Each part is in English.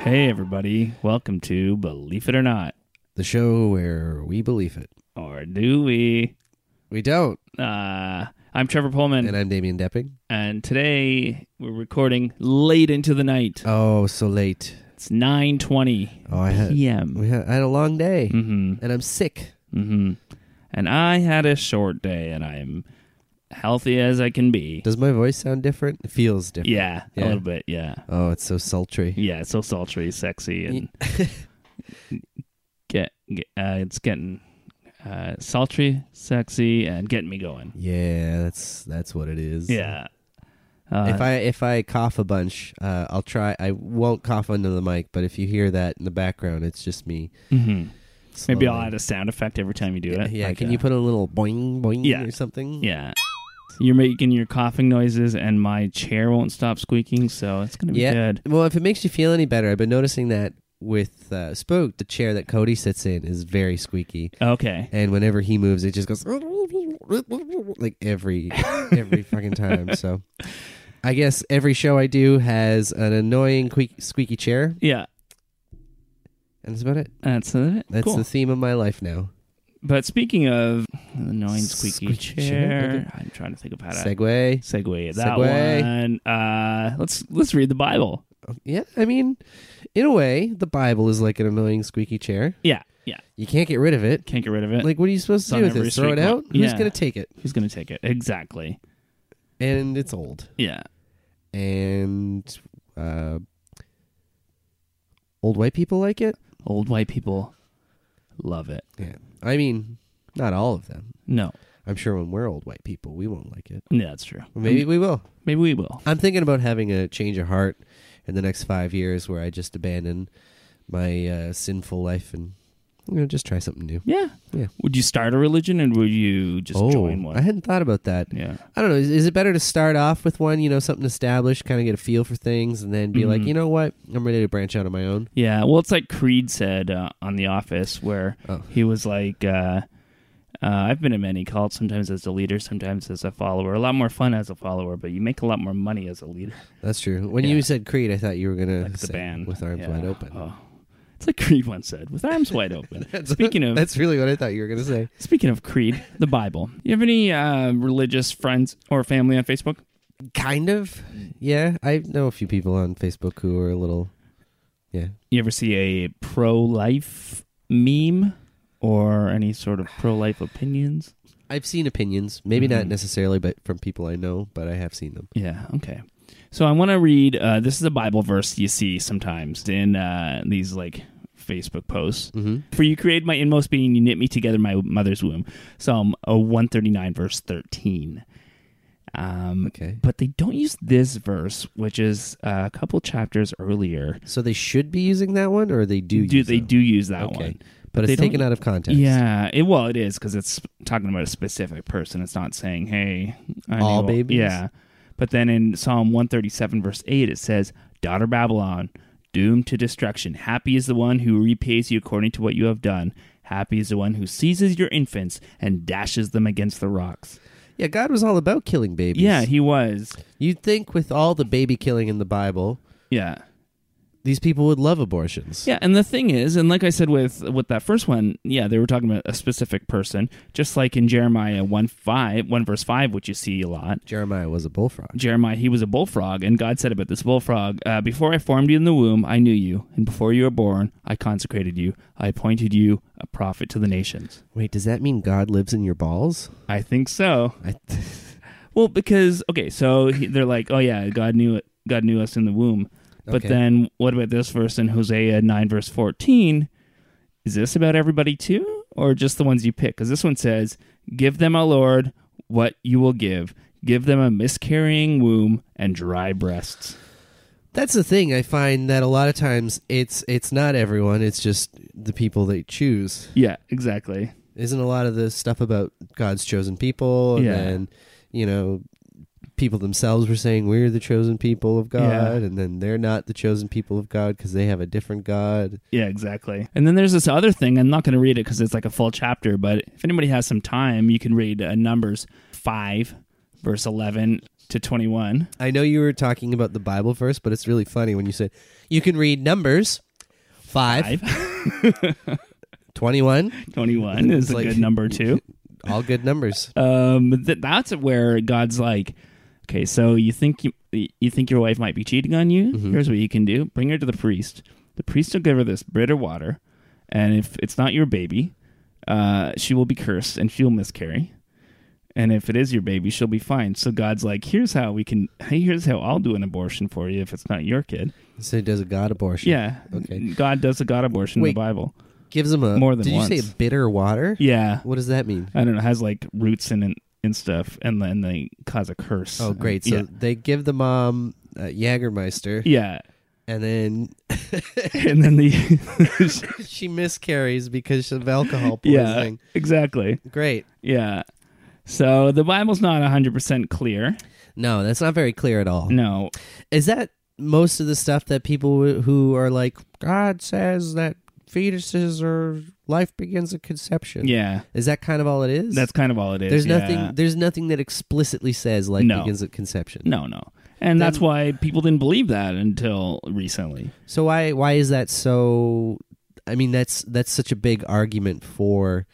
Hey, everybody. Welcome to Believe It or Not. The show where we believe it. Or do we? We don't. Uh, I'm Trevor Pullman. And I'm Damien Depping. And today we're recording late into the night. Oh, so late. It's 9.20 oh, I had, p.m. We had, I had a long day. Mm-hmm. And I'm sick. Mm-hmm. And I had a short day, and I'm healthy as I can be. Does my voice sound different? It feels different. Yeah, yeah, a little bit. Yeah. Oh, it's so sultry. Yeah, it's so sultry, sexy, and get, get uh, it's getting uh, sultry, sexy, and getting me going. Yeah, that's that's what it is. Yeah. Uh, if I if I cough a bunch, uh, I'll try. I won't cough under the mic, but if you hear that in the background, it's just me. Mm-hmm. Maybe I'll add a sound effect every time you do it. Yeah, like uh, can a, you put a little boing boing yeah. or something? Yeah. You're making your coughing noises, and my chair won't stop squeaking, so it's gonna be yeah. good. Well, if it makes you feel any better, I've been noticing that with uh, Spook, the chair that Cody sits in is very squeaky. Okay. And whenever he moves, it just goes like every every fucking time. So, I guess every show I do has an annoying squeaky, squeaky chair. Yeah. And that's about it. That's it. That's cool. the theme of my life now. But speaking of annoying squeaky, squeaky chair, chair, I'm trying to think of how to segue segue that Segway. one. Uh, let's let's read the Bible. Yeah, I mean, in a way, the Bible is like an annoying squeaky chair. Yeah, yeah. You can't get rid of it. Can't get rid of it. Like, what are you supposed to it's do with it? Throw it out? Who's yeah. gonna take it? Who's gonna take it? Exactly. And it's old. Yeah. And uh, old white people like it. Old white people love it. Yeah. I mean, not all of them. No. I'm sure when we're old white people, we won't like it. Yeah, that's true. Um, Maybe we will. Maybe we will. I'm thinking about having a change of heart in the next five years where I just abandon my uh, sinful life and you know just try something new. Yeah, yeah. Would you start a religion and would you just oh, join one? I hadn't thought about that. Yeah. I don't know. Is, is it better to start off with one? You know, something established, kind of get a feel for things, and then be Mhm. like, you know what, I'm ready to branch out on my own. Yeah, well, it's like Creed said uh, on The Office, where Oh. he was like, uh, uh, "I've been in many cults, sometimes as a leader, sometimes as a follower. A lot more fun as a follower, but you make a lot more money as a leader." That's true. When Yeah. you said Creed, I thought you were gonna Like the say, band with arms Yeah. wide open. Oh. It's like Creed once said, "With arms wide open." speaking of that's really what I thought you were gonna say. speaking of Creed, the Bible. You have any uh, religious friends or family on Facebook? Kind of. Yeah, I know a few people on Facebook who are a little. Yeah, You ever see a pro-life meme or any sort of pro-life opinions? I've seen opinions, maybe Mm-hmm. not necessarily, but from people I know, but I have seen them. Yeah. Okay. So I want to read. Uh, this is a Bible verse you see sometimes in uh, these like Facebook posts. Mhm. For you created my inmost being, you knit me together in my mother's womb. Psalm uh, one thirty nine verse thirteen. Um, Okay. But they don't use this verse, which is uh, a couple chapters earlier. So they should be using that one, or they do. Do use they that do use that one. Okay, one? but they it's taken don't- out of context. Yeah, it, well, it is because it's talking about a specific person. It's not saying, "Hey, I All know- babies? Yeah, but then in Psalm one thirty seven verse eight, it says, "Daughter Babylon, doomed to destruction. Happy is the one who repays you according to what you have done. Happy is the one who seizes your infants and dashes them against the rocks." yeah. God was all about killing babies. Yeah, he was. you'd think with all the baby killing in the Bible, Yeah. these people would love abortions. Yeah, and the thing is, and like I said with with that first one, yeah, they were talking about a specific person, just like in Jeremiah one five, one verse five, which you see a lot. Jeremiah was a bullfrog. Jeremiah, he was a bullfrog, and God said about this bullfrog, uh, Before I formed you in the womb, I knew you, and before you were born, I consecrated you. I appointed you a prophet to the nations. Wait, does that mean God lives in your balls? I think so. I th- Well, because, okay, so he, they're like, Oh, yeah, God knew it. God knew us in the womb. But Okay. then what about this verse in Hosea 9, verse 14? Is this about everybody too, or just the ones you pick? Because this one says, Give them, O Lord, what you will give. Give them a miscarrying womb and dry breasts. That's the thing. I find that a lot of times it's it's not everyone. It's just the people they choose. Yeah, exactly. Isn't a lot of the stuff about God's chosen people, and Yeah. then you know, people themselves were saying we're the chosen people of God, Yeah. and then they're not the chosen people of God because they have a different God. Yeah, exactly. And then there's this other thing. I'm not going to read it because it's like a full chapter, but if anybody has some time, you can read uh, Numbers 5, verse 11 to 21. I know you were talking about the Bible first, but it's really funny when you said you can read Numbers five, 5, twenty one, 21 is It's a like- good number, too. all good numbers. Um, th- that's where God's like, okay, so you think you you think your wife might be cheating on you? Mm-hmm. Here's what you can do: bring her to the priest. The priest will give her this bread or water, and if it's not your baby, uh, she will be cursed and she'll miscarry. And if it is your baby, she'll be fine. So God's like, here's how we can. Hey, here's how I'll do an abortion for you if it's not your kid. So he does a God abortion. Yeah. Okay. God does a God abortion in Wait. the Bible. gives him a More than Did you once. say bitter water? Yeah. Uh, What does that mean? I don't know. It has like roots in it and stuff, and then they cause a curse. Oh, great! So Yeah. they give the mom uh, Jägermeister, Yeah. and then And then the she miscarries because of alcohol Yeah. poisoning. Exactly. Great. Yeah. So the Bible's not 100% clear. No, that's not very clear at all. No. Is that most of the stuff that people wh- who are like God says that fetuses are life begins at conception? Yeah. Is that kind of all it is? That's kind of all it is. there's yeah. nothing. There's nothing that explicitly says life No. begins at conception. No, no. And that's why people didn't believe that until recently. So why why is that so? I mean, that's that's such a big argument for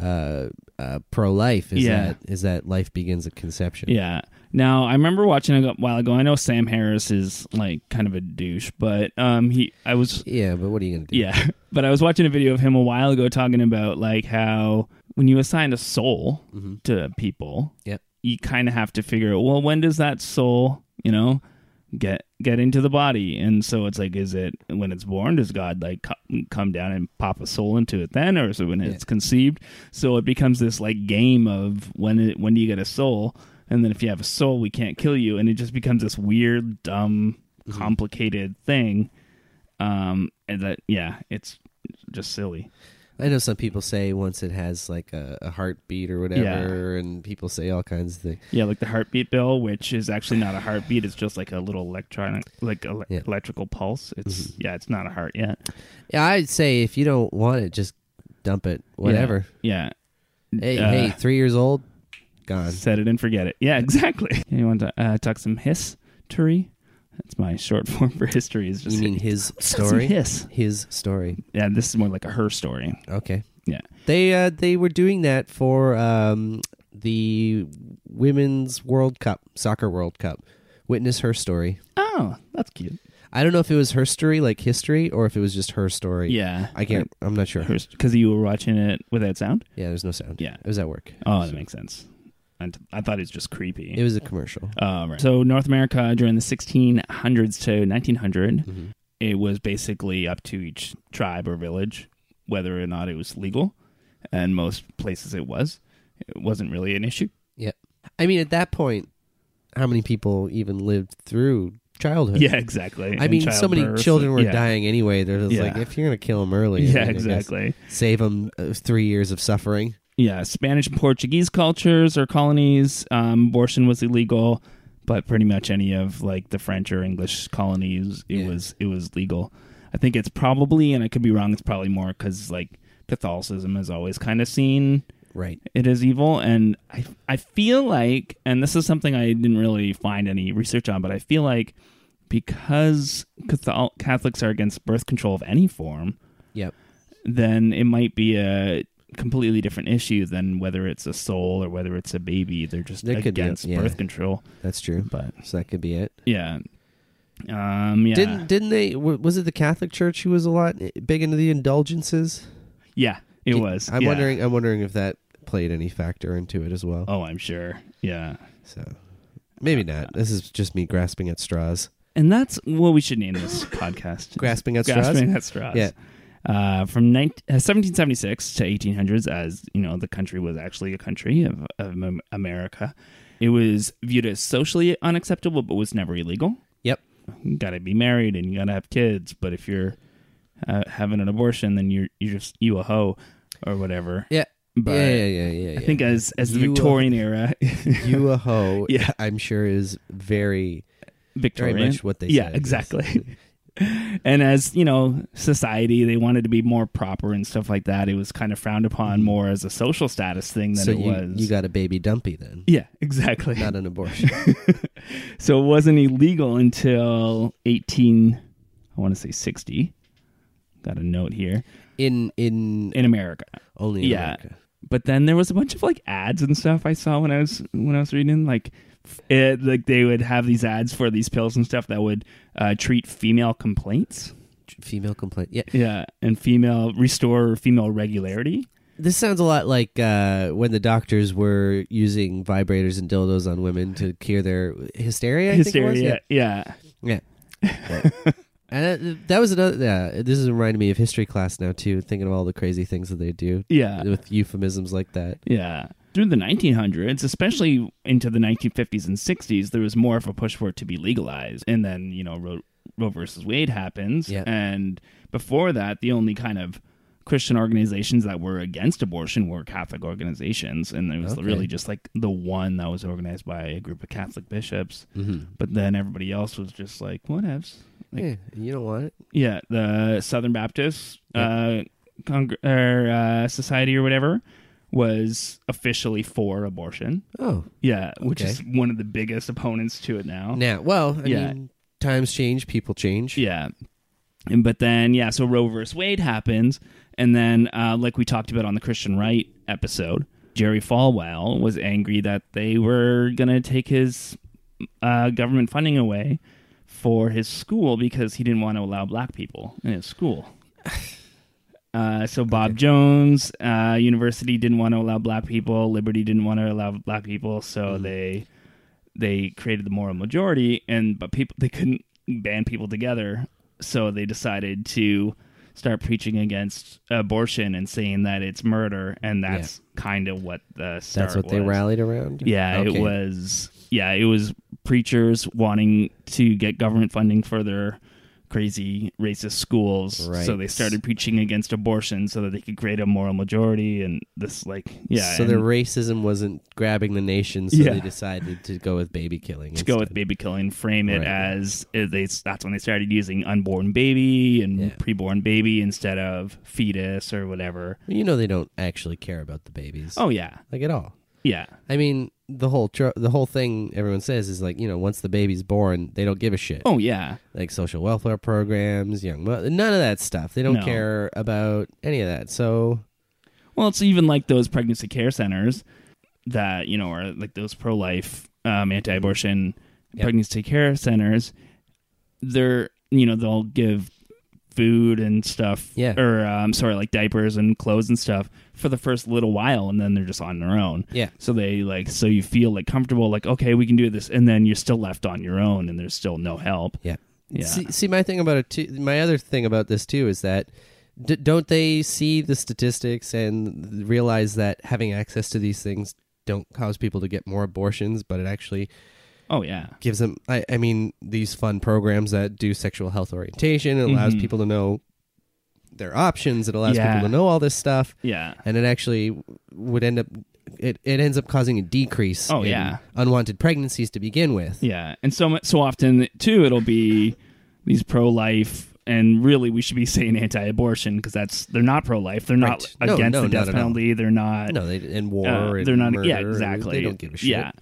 uh, uh, pro life. Is Yeah. that is that life begins at conception? Yeah. Now, I remember watching a while ago. I know Sam Harris is like kind of a douche, but um he I was Yeah, but what are you gonna do? Yeah. But I was watching a video of him a while ago talking about like how when you assign a soul to people, Yep. you kind of have to figure out well when does that soul, you know, get get into the body? And so it's like is it when it's born does God like co- come down and pop a soul into it then or is it when it's conceived? So it becomes this like game of when it, when do you get a soul? And then if you have a soul, we can't kill you and it just becomes this weird dumb complicated thing um and that yeah it's just silly I know some people say once it has like a, a heartbeat or whatever, and people say all kinds of things. yeah like the heartbeat bill which is actually not a heartbeat it's just like a little electronic like ele- Yeah. Mm-hmm. electrical pulse it's yeah it's not a heart yet Yeah, I'd say if you don't want it, just dump it. Whatever. yeah, Hey, Uh, hey, three years old, gone. set it and forget it yeah exactly you want to uh, talk some history that's my short form for history is just You mean his Some story? hiss. His story. yeah this is more like a her story Okay. yeah They uh, they were doing that for um, the Women's World Cup, Soccer World Cup. Witness her story. oh that's cute I don't know if it was her story, like history, or if it was just her story. yeah I can't. I'm not sure. because you were watching it without sound Yeah, there's no sound. Yeah. it was at work. oh that makes sense I t- I thought it was just creepy It was a commercial. Uh, right. So North America during the 1600s to 1900, Mm-hmm. it was basically up to each tribe or village whether or not it was legal, and most places it was. It wasn't really an issue. Yeah, I mean, at that point, how many people even lived through childhood? Yeah, exactly. I And mean, so many childbirth. children were Yeah. dying anyway. They're just Yeah. like, if you're gonna kill them early, I Yeah, mean, I guess exactly. Save them uh, three years of suffering. Yeah, Spanish and Portuguese cultures or colonies, um, abortion was illegal, but pretty much any of like the French or English colonies, it Yeah. was it was legal. I think it's probably, and I could be wrong, it's probably more because like Catholicism has always kind of seen Right. it as evil, and I I feel like, and this is something I didn't really find any research on, but I feel like because Cathol- Catholics are against birth control of any form, Yep. then it might be a completely different issue than whether it's a soul or whether it's a baby. They're just There could be, against yeah. birth control. That's true. But So that could be it. yeah, um, yeah, Didn't didn't they? w- Was it the Catholic Church who was a lot eh, big into the indulgences? yeah, it was. I'm yeah. wondering. I'm wondering if that played any factor into it as well. Oh, I'm sure. Yeah, So maybe not. This is just me grasping at straws. and that's what we should name this podcast. Grasping at straws. Grasping at straws. Yeah. Uh, from 19, uh, 1776 to 1800s, as you know, the country was actually a country of, of Am- America. It was viewed as socially unacceptable, but was never illegal. Yep. you gotta be married and you gotta have kids. But if you're uh, having an abortion, then you're you're just you a hoe or whatever. Yeah. But yeah, yeah, yeah, yeah, yeah. I think as as the You a- Victorian era, you a hoe, Yeah. I'm sure is very Victorian, much what they yeah, said, yes. exactly. and as you know, society they wanted to be more proper and stuff like that. It was kind of frowned upon more as a social status thing than Mm-hmm. so it you, was. you got a baby dumpy then. yeah, exactly. Not an abortion. so it wasn't illegal until 18 i want to say 60 got a note here in in in america only in yeah America. but then there was a bunch of like ads and stuff i saw when i was when i was reading like it, like they would have these ads for these pills and stuff that would uh, treat female complaints Female complaint. Yeah. yeah and female restore female regularity This sounds a lot like uh, when the doctors were using vibrators and dildos on women to cure their hysteria. I think it was? hysteria yeah. Yeah. Yeah. and that, that was another. Yeah, this is reminding me of history class now too. Thinking of all the crazy things that they do. Yeah. with euphemisms like that. Yeah. Through the 1900s, especially into the 1950s and 60s, there was more of a push for it to be legalized. And then, you know, Roe, Roe versus Wade happens. Yeah. And before that, the only kind of Christian organizations that were against abortion were Catholic organizations. And there was Okay. really just like the one that was organized by a group of Catholic bishops. Mm-hmm. But then everybody else was just like, whatevs. Like, Yeah, you don't want it. yeah, the Southern Baptist uh, Cong- or, uh, Society or whatever was officially for abortion. Oh, Yeah, which Okay. is one of the biggest opponents to it now. now well, I Yeah. mean, times change, people change. Yeah. And, but then, yeah, so Roe versus Wade happens. And then, uh, like we talked about on the Christian Right episode, Jerry Falwell was angry that they were going to take his uh, government funding away for his school because he didn't want to allow black people in his school. Uh, so Bob Jones uh, University didn't want to allow black people. Liberty didn't want to allow black people, so Mm-hmm. they they created the moral majority, and but people they couldn't band people together, so they decided to start preaching against abortion and saying that it's murder, and that's kind of what the start That's what they was. rallied around. Yeah, Okay. it was. Yeah, it was preachers wanting to get government funding for their crazy racist schools. Right. So they started preaching against abortion so that they could create a moral majority and this like yeah. So their and racism wasn't grabbing the nation, so Yeah. they decided to go with baby killing. to go with baby killing, frame it Right. as uh, they. That's when they started using unborn baby and Yeah. preborn baby instead of fetus or whatever. You know they don't actually care about the babies. Oh yeah, like at all. yeah, I mean, the whole tro- the whole thing everyone says is like, you know, once the baby's born, they don't give a shit. oh yeah. Like social welfare programs, young mo- none of that stuff. They don't No. care about any of that. So Well, it's even like those pregnancy care centers that, you know, are like those pro life, um, anti abortion Yep. pregnancy care centers. They're, you know, they'll give food and stuff. Yeah. Or, um, sorry, like diapers and clothes and stuff for the first little while. And then they're just on their own. Yeah. So they like, so you feel like comfortable, like, okay, we can do this. And then you're still left on your own and there's still no help. yeah, Yeah. See, see, my thing about it too. My other thing about this too is that d- don't they see the statistics and realize that having access to these things don't cause people to get more abortions, but it actually Oh, yeah. gives them I, I mean these fun programs that do sexual health orientation it allows people to know their options it allows Mm-hmm. Yeah. people to know all this stuff Yeah. and it actually would end up it, it ends up causing a decrease Oh, in yeah. unwanted pregnancies to begin with Yeah, and so mu- so often too, it'll be these pro-life, and really we should be saying anti-abortion because that's they're not pro-life. They're not Right. No, against no, the death not at all. penalty. They're not. no they and war uh, and they're not. murder, yeah, and exactly. they don't give a shit Yeah,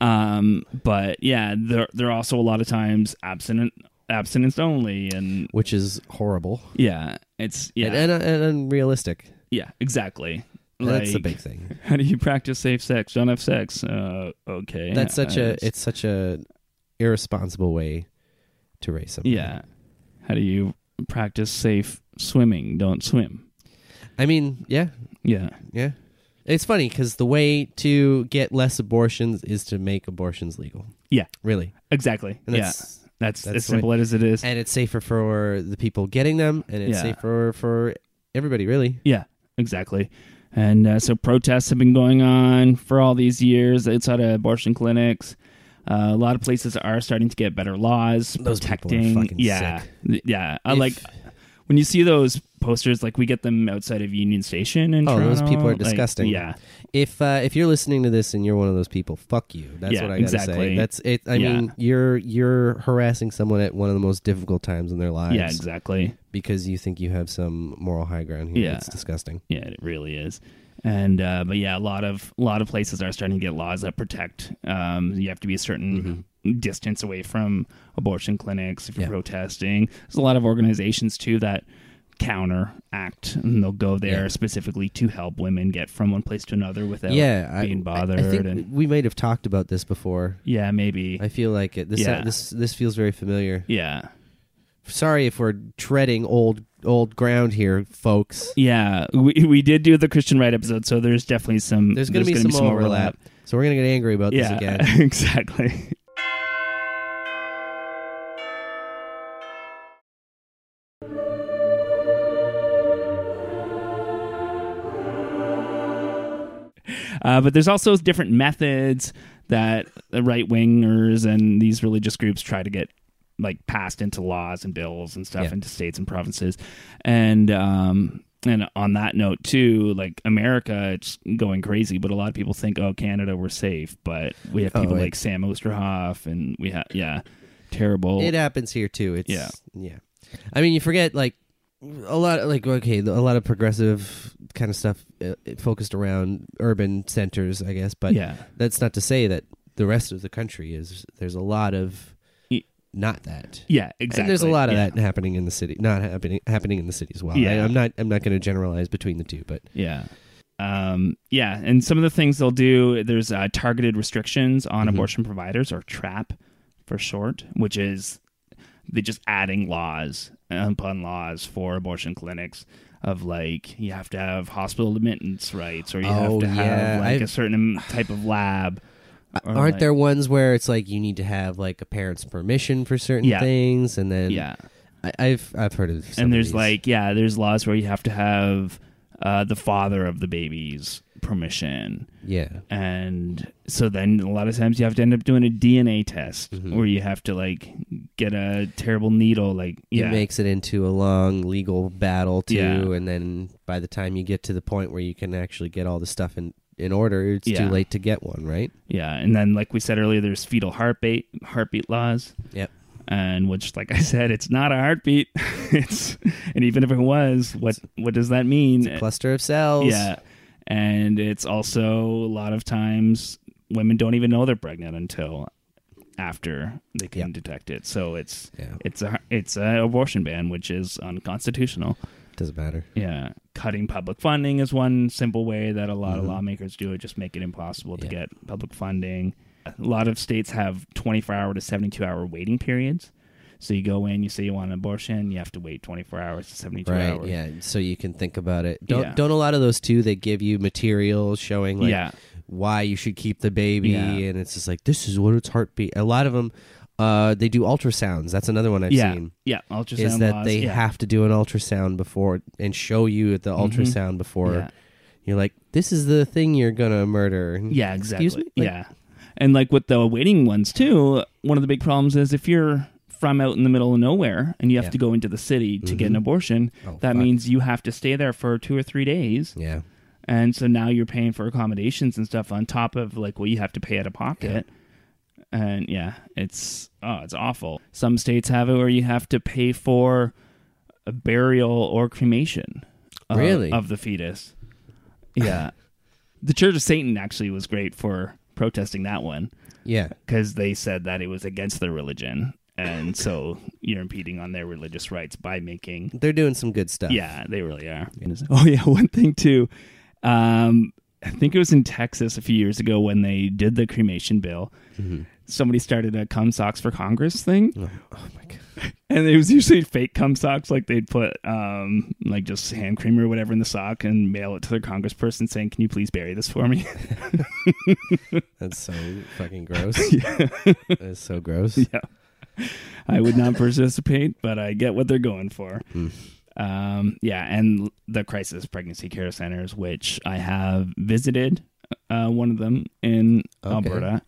um, but yeah, they're they're also a lot of times abstinent abstinence only, and which is horrible yeah, it's yeah, and, and, and unrealistic yeah, exactly. that's the Like, big thing How do you practice safe sex? Don't have sex. Uh, okay. Uh, that's such a. a it's such a irresponsible way to raise somebody Yeah. How do you practice safe swimming? Don't swim. i mean yeah Yeah. Yeah. It's funny because the way to get less abortions is to make abortions legal. Yeah. Really. Exactly. And yeah. that's- That's, that's as the way- simple as it is. And it's safer for the people getting them, and it's Yeah. safer for everybody, really. yeah. Exactly. And uh, so protests have been going on for all these years outside of abortion clinics. Uh, a lot of places are starting to get better laws Those people are protecting. fucking yeah, sick. Th- yeah. I If- like when you see those posters. Like we get them outside of Union Station and Oh, those people are like, disgusting. yeah, If uh, if you're listening to this and you're one of those people, fuck you. That's Yeah, what I gotta exactly. say. That's it. I Yeah. mean, you're you're harassing someone at one of the most difficult times in their lives. yeah, exactly. Because you think you have some moral high ground here. Yeah. It's disgusting. Yeah, it really is. And uh, but yeah, a lot of a lot of places are starting to get laws that protect. Um, you have to be a certain distance away from abortion clinics if you're Mm-hmm. Yeah. protesting. There's a lot of organizations too that counteract and they'll go there Yeah. specifically to help women get from one place to another without yeah, I- being I- bothered. I, think and we might have talked about this before. yeah, maybe. I feel like it. This uh, Yeah. this this feels very familiar. yeah, Sorry if we're treading old old ground here, folks. yeah. We we did do the Christian right episode, so there's definitely some. There's going to be some, overlap. so we're going to get angry about this Yeah, again. exactly. Uh, but there's also different methods that the right wingers and these religious groups try to get like passed into laws and bills and stuff Yeah. into states and provinces. And um and on that note too, like America, it's going crazy. But a lot of people think, oh, Canada, we're safe. But we have Oh, people it- like Sam Osterhoff, and we have yeah, terrible. It happens here too. It's Yeah. yeah. I mean, you forget like a lot like okay, a lot of progressive kind of stuff uh, focused around urban centers, I guess, but yeah, that's not to say that the rest of the country is there's a lot of Y- not that. yeah, exactly. And there's a lot of yeah. that happening in the city, not happening happening in the city as well. Yeah. I, am not I'm not going to generalize between the two, but Yeah. Um, yeah. And some of the things they'll do, there's uh, targeted restrictions on Mm-hmm. abortion providers, or TRAP for short, which is they're just adding laws uh, upon laws for abortion clinics of like you have to have hospital admittance rights or you have Oh, to yeah. have like a I've- certain type of lab. or, aren't like- there ones where it's like you need to have like a parent's permission for certain Yeah. things, and then Yeah. I, I've I've heard of some of and there's these. like yeah there's laws where you have to have uh, the father of the baby's permission yeah and so then a lot of times you have to end up doing a DNA test where you have to like get a terrible needle like yeah it makes it into a long legal battle too Yeah. and then by the time you get to the point where you can actually get all the stuff in in order it's Yeah. too late to get one right yeah and then like we said earlier there's fetal heartbeat heartbeat laws yep and which like I said it's not a heartbeat it's and even if it was what what does that mean cluster of cells yeah and it's also a lot of times women don't even know they're pregnant until after they can Yeah. detect it so it's Yeah. it's a it's an abortion ban which is unconstitutional doesn't matter Yeah, cutting public funding is one simple way that a lot of lawmakers do it. Just make it impossible to Mm-hmm. Yeah. get public funding. A lot of states have 24 hour to 72 hour waiting periods. So you go in, you say you want an abortion, you have to wait 24 hours to 72 right hours. yeah so you can think about it don't Yeah. don't a lot of those too they give you material showing like Yeah. why you should keep the baby Yeah. and it's just like this is what its heartbeat a lot of them uh they do ultrasounds that's another one i've yeah, seen yeah. Ultrasound is that laws. they yeah. Mm-hmm. have to do an ultrasound before and show you the ultrasound before Yeah. you're like this is the thing you're gonna murder Yeah, exactly. excuse me Like, yeah. And like with the waiting ones too, one of the big problems is if you're from out in the middle of nowhere and you have Yeah. to go into the city to get an abortion, Oh, that fuck. means you have to stay there for two or three days. yeah and so now you're paying for accommodations and stuff on top of like what you have to pay out of pocket and yeah it's oh it's awful some states have it where you have to pay for a burial or cremation of, Really? Uh, of the fetus yeah the church of satan actually was great for protesting that one yeah because they said that it was against their religion and so you're impeding on their religious rights by making they're doing some good stuff yeah, they really are. Oh yeah, one thing too. Um, I think it was in Texas a few years ago when they did the cremation bill. Somebody started a "cum socks for Congress" thing. Oh, my god! And it was usually fake cum socks, like they'd put um, like just hand cream or whatever in the sock and mail it to their congressperson saying, "Can you please bury this for me?" that's so fucking gross that's so gross yeah, I would not participate, but I get what they're going for. Um, yeah, and the crisis pregnancy care centers, which I have visited uh, one of them in Okay. Alberta,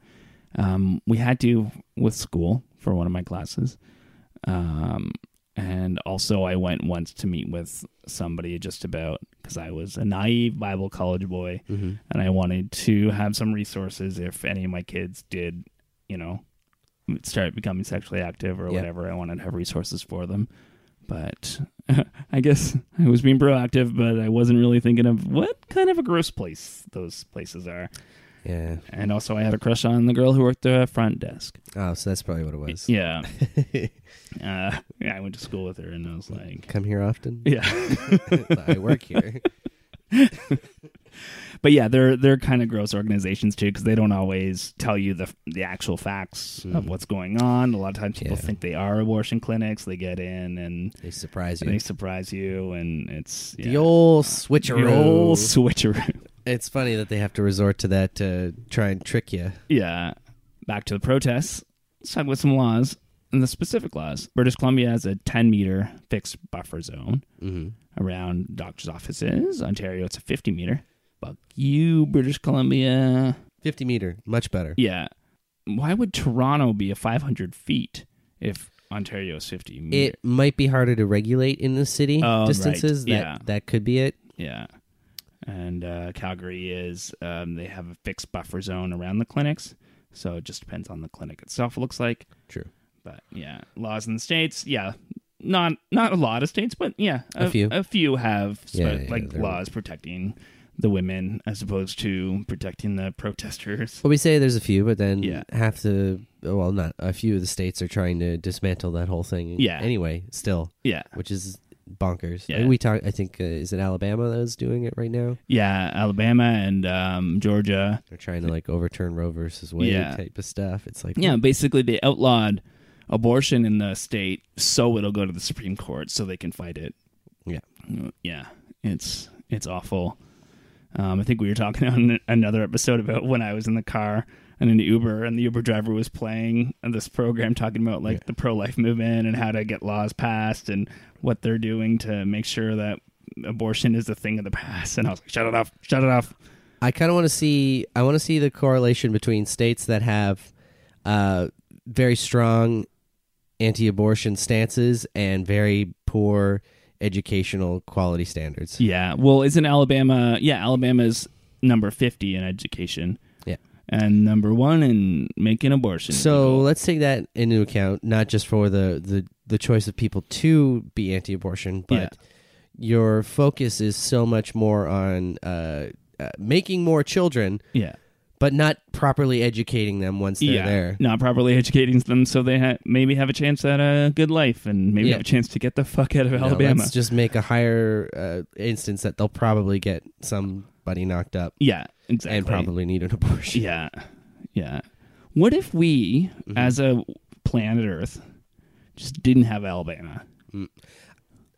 um, we had to with school for one of my classes. Um, and also, I went once to meet with somebody just about because I was a naive Bible college boy and I wanted to have some resources if any of my kids did, you know, start becoming sexually active or Yeah. whatever. I wanted to have resources for them. But I guess I was being proactive, but I wasn't really thinking of what kind of a gross place those places are. Yeah. And also, I had a crush on the girl who worked the front desk. Oh, so that's probably what it was. Yeah. uh, yeah, I went to school with her, and I was like, Come here often. yeah. I work here. but yeah, they're they're kind of gross organizations too, because they don't always tell you the the actual facts of what's going on. A lot of times, people Mm. Yeah. think they are abortion clinics. They get in and They surprise you. they surprise you, and it's The yeah. old The switcheroo. old switcheroo. it's funny that they have to resort to that to try and trick you. Yeah. Back to the protests. Let's talk about some laws and the specific laws. British Columbia has a 10 meter fixed buffer zone Mm-hmm. around doctor's offices. Ontario, it's a 50 meter. Fuck you, British Columbia. 50 meter, much better. Yeah. Why would Toronto be a 500 feet if Ontario is 50 meter? It might be harder to regulate in the city Oh, right. distances. That, Yeah. that could be it. Yeah. And uh, Calgary is, um, they have a fixed buffer zone around the clinics. So it just depends on the clinic itself, it looks like. True. But yeah, laws in the states, yeah, not not a lot of states, but yeah, A few. A few have spe- Yeah, yeah, like they're- laws protecting the women as opposed to protecting the protesters. Well, we say there's a few, but then Yeah. half the, well, not a few of the states are trying to dismantle that whole thing. Yeah. Anyway, still, Yeah, which is bonkers. Yeah. I mean, we talk, I think, uh, is it Alabama that is doing it right now? yeah, Alabama and um, Georgia. They're trying to like overturn Roe versus Wade Yeah. type of stuff. It's like, Yeah, basically they outlawed abortion in the state, so it'll go to the Supreme Court so they can fight it. Yeah. yeah, it's it's awful. Um, I think we were talking on another episode about when I was in the car and in the Uber, and the Uber driver was playing this program talking about like the pro life movement and how to get laws passed and what they're doing to make sure that abortion is a thing of the past. And I was like, shut it off, shut it off. I kind of want to see. I want to see the correlation between states that have uh, very strong anti-abortion stances and very poor educational quality standards. Yeah. Well, isn't Alabama? Yeah, Alabama's number fifty in education. Yeah. and number one in making abortion. So let's take that into account, not just for the the, the choice of people to be anti-abortion, but Yeah. your focus is so much more on uh, uh, making more children, yeah, but not properly educating them once they're yeah, there. not properly educating them, so they ha- maybe have a chance at a good life and maybe Yeah. have a chance to get the fuck out of No, Alabama. let's just make a higher uh, instance that they'll probably get somebody knocked up yeah, exactly. and probably need an abortion. Yeah, yeah. What if we, Mm-hmm. as a planet Earth, just didn't have Alabama?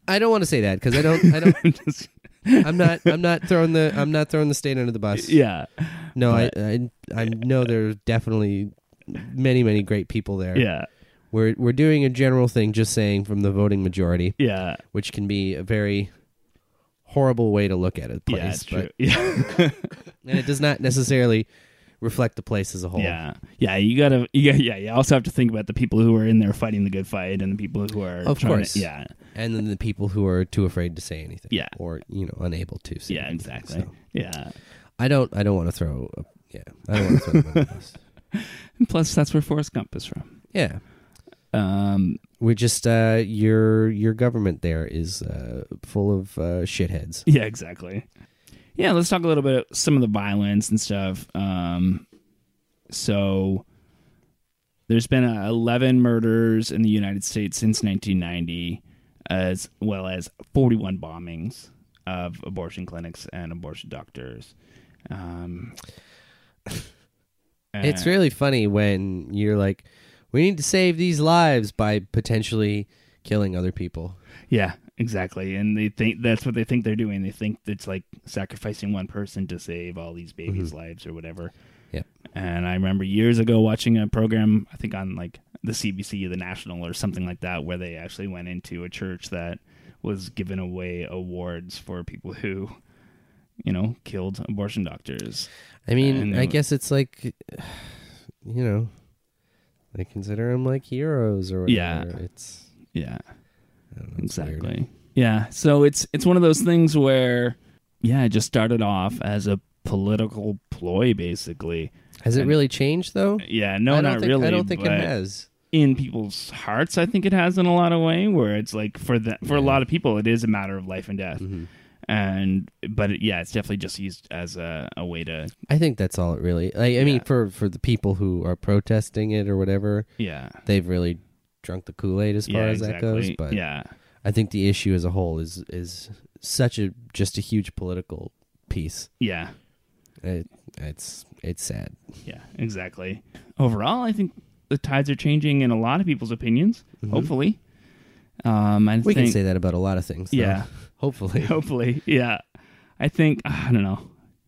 I don't want to say that because I don't. I don't. Just- I'm not. I'm not throwing the. I'm not throwing the state under the bus. yeah, no, I. I, I know there are definitely many, many great people there. yeah, We're we're doing a general thing, just saying from the voting majority, yeah. which can be a very horrible way to look at a place. yeah, it's but- true. Yeah. and it does not necessarily reflect the place as a whole. Yeah, yeah. You gotta, you gotta, yeah. You also have to think about the people who are in there fighting the good fight and the people who are, Of trying to- course. yeah, and then the people who are too afraid to say anything Yeah. or you know unable to say yeah, anything. exactly. So, Yeah. i don't i don't want to throw a, yeah i don't want to throw them under the bus. And plus, that's where Forrest Gump is from. yeah Um. we're just uh your your government there is uh full of uh shitheads Yeah. Exactly. Yeah. Let's talk a little bit of some of the violence and stuff. Um. So. There's been uh, 11 murders in the United States since 1990, as well as 41 bombings of abortion clinics and abortion doctors. Um, it's uh, really funny when you're like we need to save these lives by potentially killing other people Yeah, exactly. And they think that's what they think they're doing. They think it's like sacrificing one person to save all these babies' lives or whatever. yeah And I remember years ago watching a program, I think on like the CBC, the National, or something like that, where they actually went into a church that was giving away awards for people who, you know, killed abortion doctors. i mean And i they- guess it's like you know, they consider them like heroes or Yeah. whatever. It's Yeah. it's weird. exactly. Yeah. So it's it's one of those things where yeah, it just started off as a political ploy basically. has it really changed though? Yeah, Uh, no I don't not think, really. I don't think it but has. In people's hearts, I think it has in a lot of way where it's like for the for a lot of people it is a matter of life and death. Mm-hmm. And but it, yeah, it's definitely just used as a, a way to I think that's all it really. Like, I mean, Yeah. for for the people who are protesting it or whatever, yeah. they've really drunk the Kool Aid as far yeah, as that goes. exactly. But yeah. I think the issue as a whole is is such a just a huge political piece. Yeah. It, it's it's sad. Yeah, exactly. Overall, I think the tides are changing in a lot of people's opinions. Hopefully, um, I Mm-hmm. We think, can say that about a lot of things. though. Yeah. hopefully. Hopefully, yeah. I think ah, I don't know.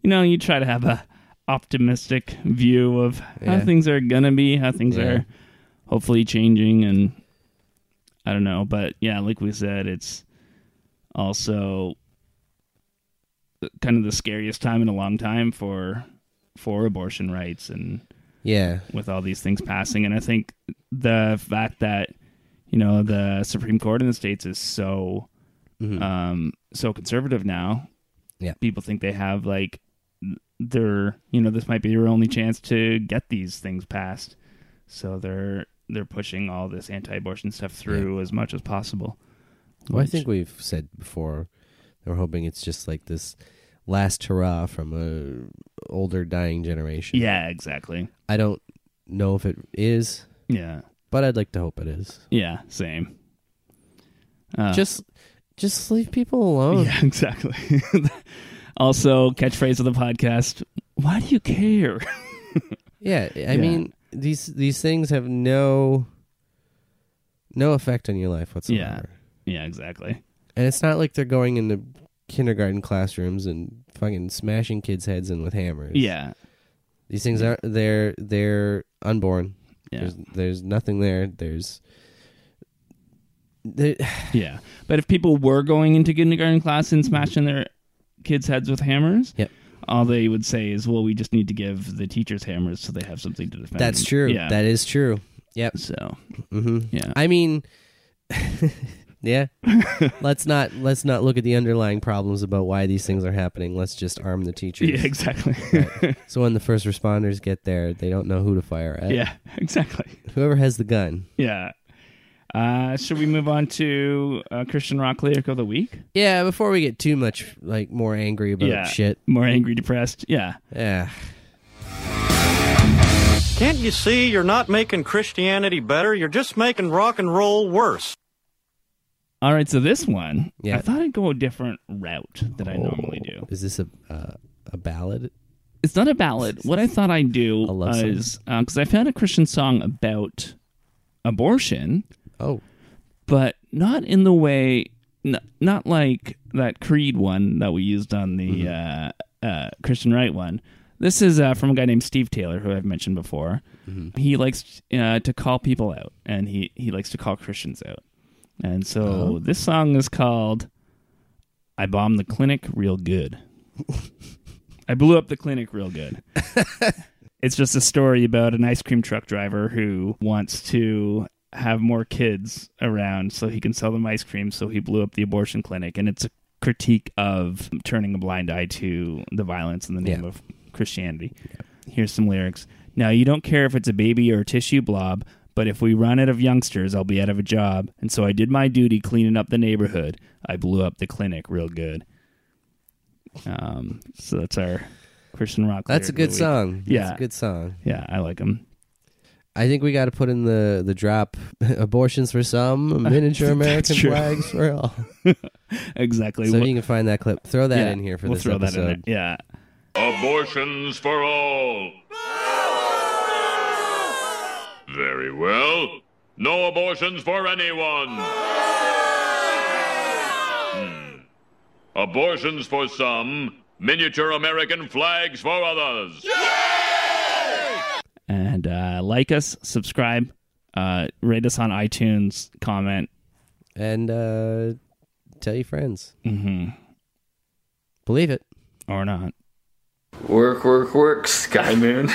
You know, you try to have a optimistic view of Yeah. how things are gonna be, how things Yeah. are hopefully changing, and I don't know. But yeah, like we said, it's also kind of the scariest time in a long time for for abortion rights and Yeah, with all these things passing. And I think the fact that you know the Supreme Court in the states is so um, so conservative now, Yeah. people think they have like their you know this might be your only chance to get these things passed, so they're they're pushing all this anti-abortion stuff through as much as possible. Well, I Which- think we've said before that we're hoping it's just like this last hurrah from a older dying generation. yeah, exactly. I don't know if it is, Yeah, but I'd like to hope it is. yeah, same. Uh, Just just leave people alone. Yeah, exactly. also, catchphrase of the podcast: Why do you care? Yeah, I mean these these things have no no effect on your life whatsoever. Yeah. yeah, exactly. And it's not like they're going into kindergarten classrooms and fucking smashing kids' heads in with hammers. Yeah, These things are they're they're unborn. Yeah. There's there's nothing there. There's there, yeah. But if people were going into kindergarten class and smashing their kids' heads with hammers, Yep. all they would say is, "Well, we just need to give the teachers hammers so they have something to defend." that's true. Yeah. That is true. Yep. so hmm yeah, I mean yeah. let's not let's not look at the underlying problems about why these things are happening. Let's just arm the teachers. yeah, exactly. So when the first responders get there, they don't know who to fire at. yeah, exactly. Whoever has the gun. Yeah. Uh, should we move on to uh, Christian Rock lyric of the week? Yeah, before we get too much like more angry about yeah, Oh, shit. More angry, depressed. Yeah. Yeah. Can't you see you're not making Christianity better? You're just making rock and roll worse. All right, so this one, Yeah. Oh. I thought I'd go a different route that I normally do. Is this a uh, a ballad? It's not a ballad. What I thought I'd do A love song? is uh, because I found a Christian song about abortion, Oh, but not in the way, n- not like that Creed one that we used on the Mm-hmm. uh, uh, Christian right one. This is uh, from a guy named Steve Taylor, who I've mentioned before. Mm-hmm. He likes uh, to call people out, and he, he likes to call Christians out. And so Uh-huh. this song is called I Bombed the Clinic Real Good. I blew up the clinic real good. it's just a story about an ice cream truck driver who wants to have more kids around so he can sell them ice cream, so he blew up the abortion clinic. And it's a critique of turning a blind eye to the violence in the name Yeah. of Christianity. Here's some lyrics. Now, you don't care if it's a baby or a tissue blob, but if we run out of youngsters, I'll be out of a job. And so I did my duty cleaning up the neighborhood. I blew up the clinic real good. Um, so that's our Christian rock. that's a lyric of good the week. song. Yeah. That's a good song. Yeah, I like them. I think we got to put in the the drop abortions for some, miniature American true. flags for all. Exactly. So We'll- you can find that clip. Throw that yeah, in here for we'll this throw episode. that in there. Yeah. Abortions for all. Very well. No abortions for anyone. Hmm. Abortions for some, miniature American flags for others. And uh, like us, subscribe, uh, rate us on iTunes, comment. And uh, tell your friends. Mm-hmm. Believe it. Or not. Work, work, work, Sky Moon.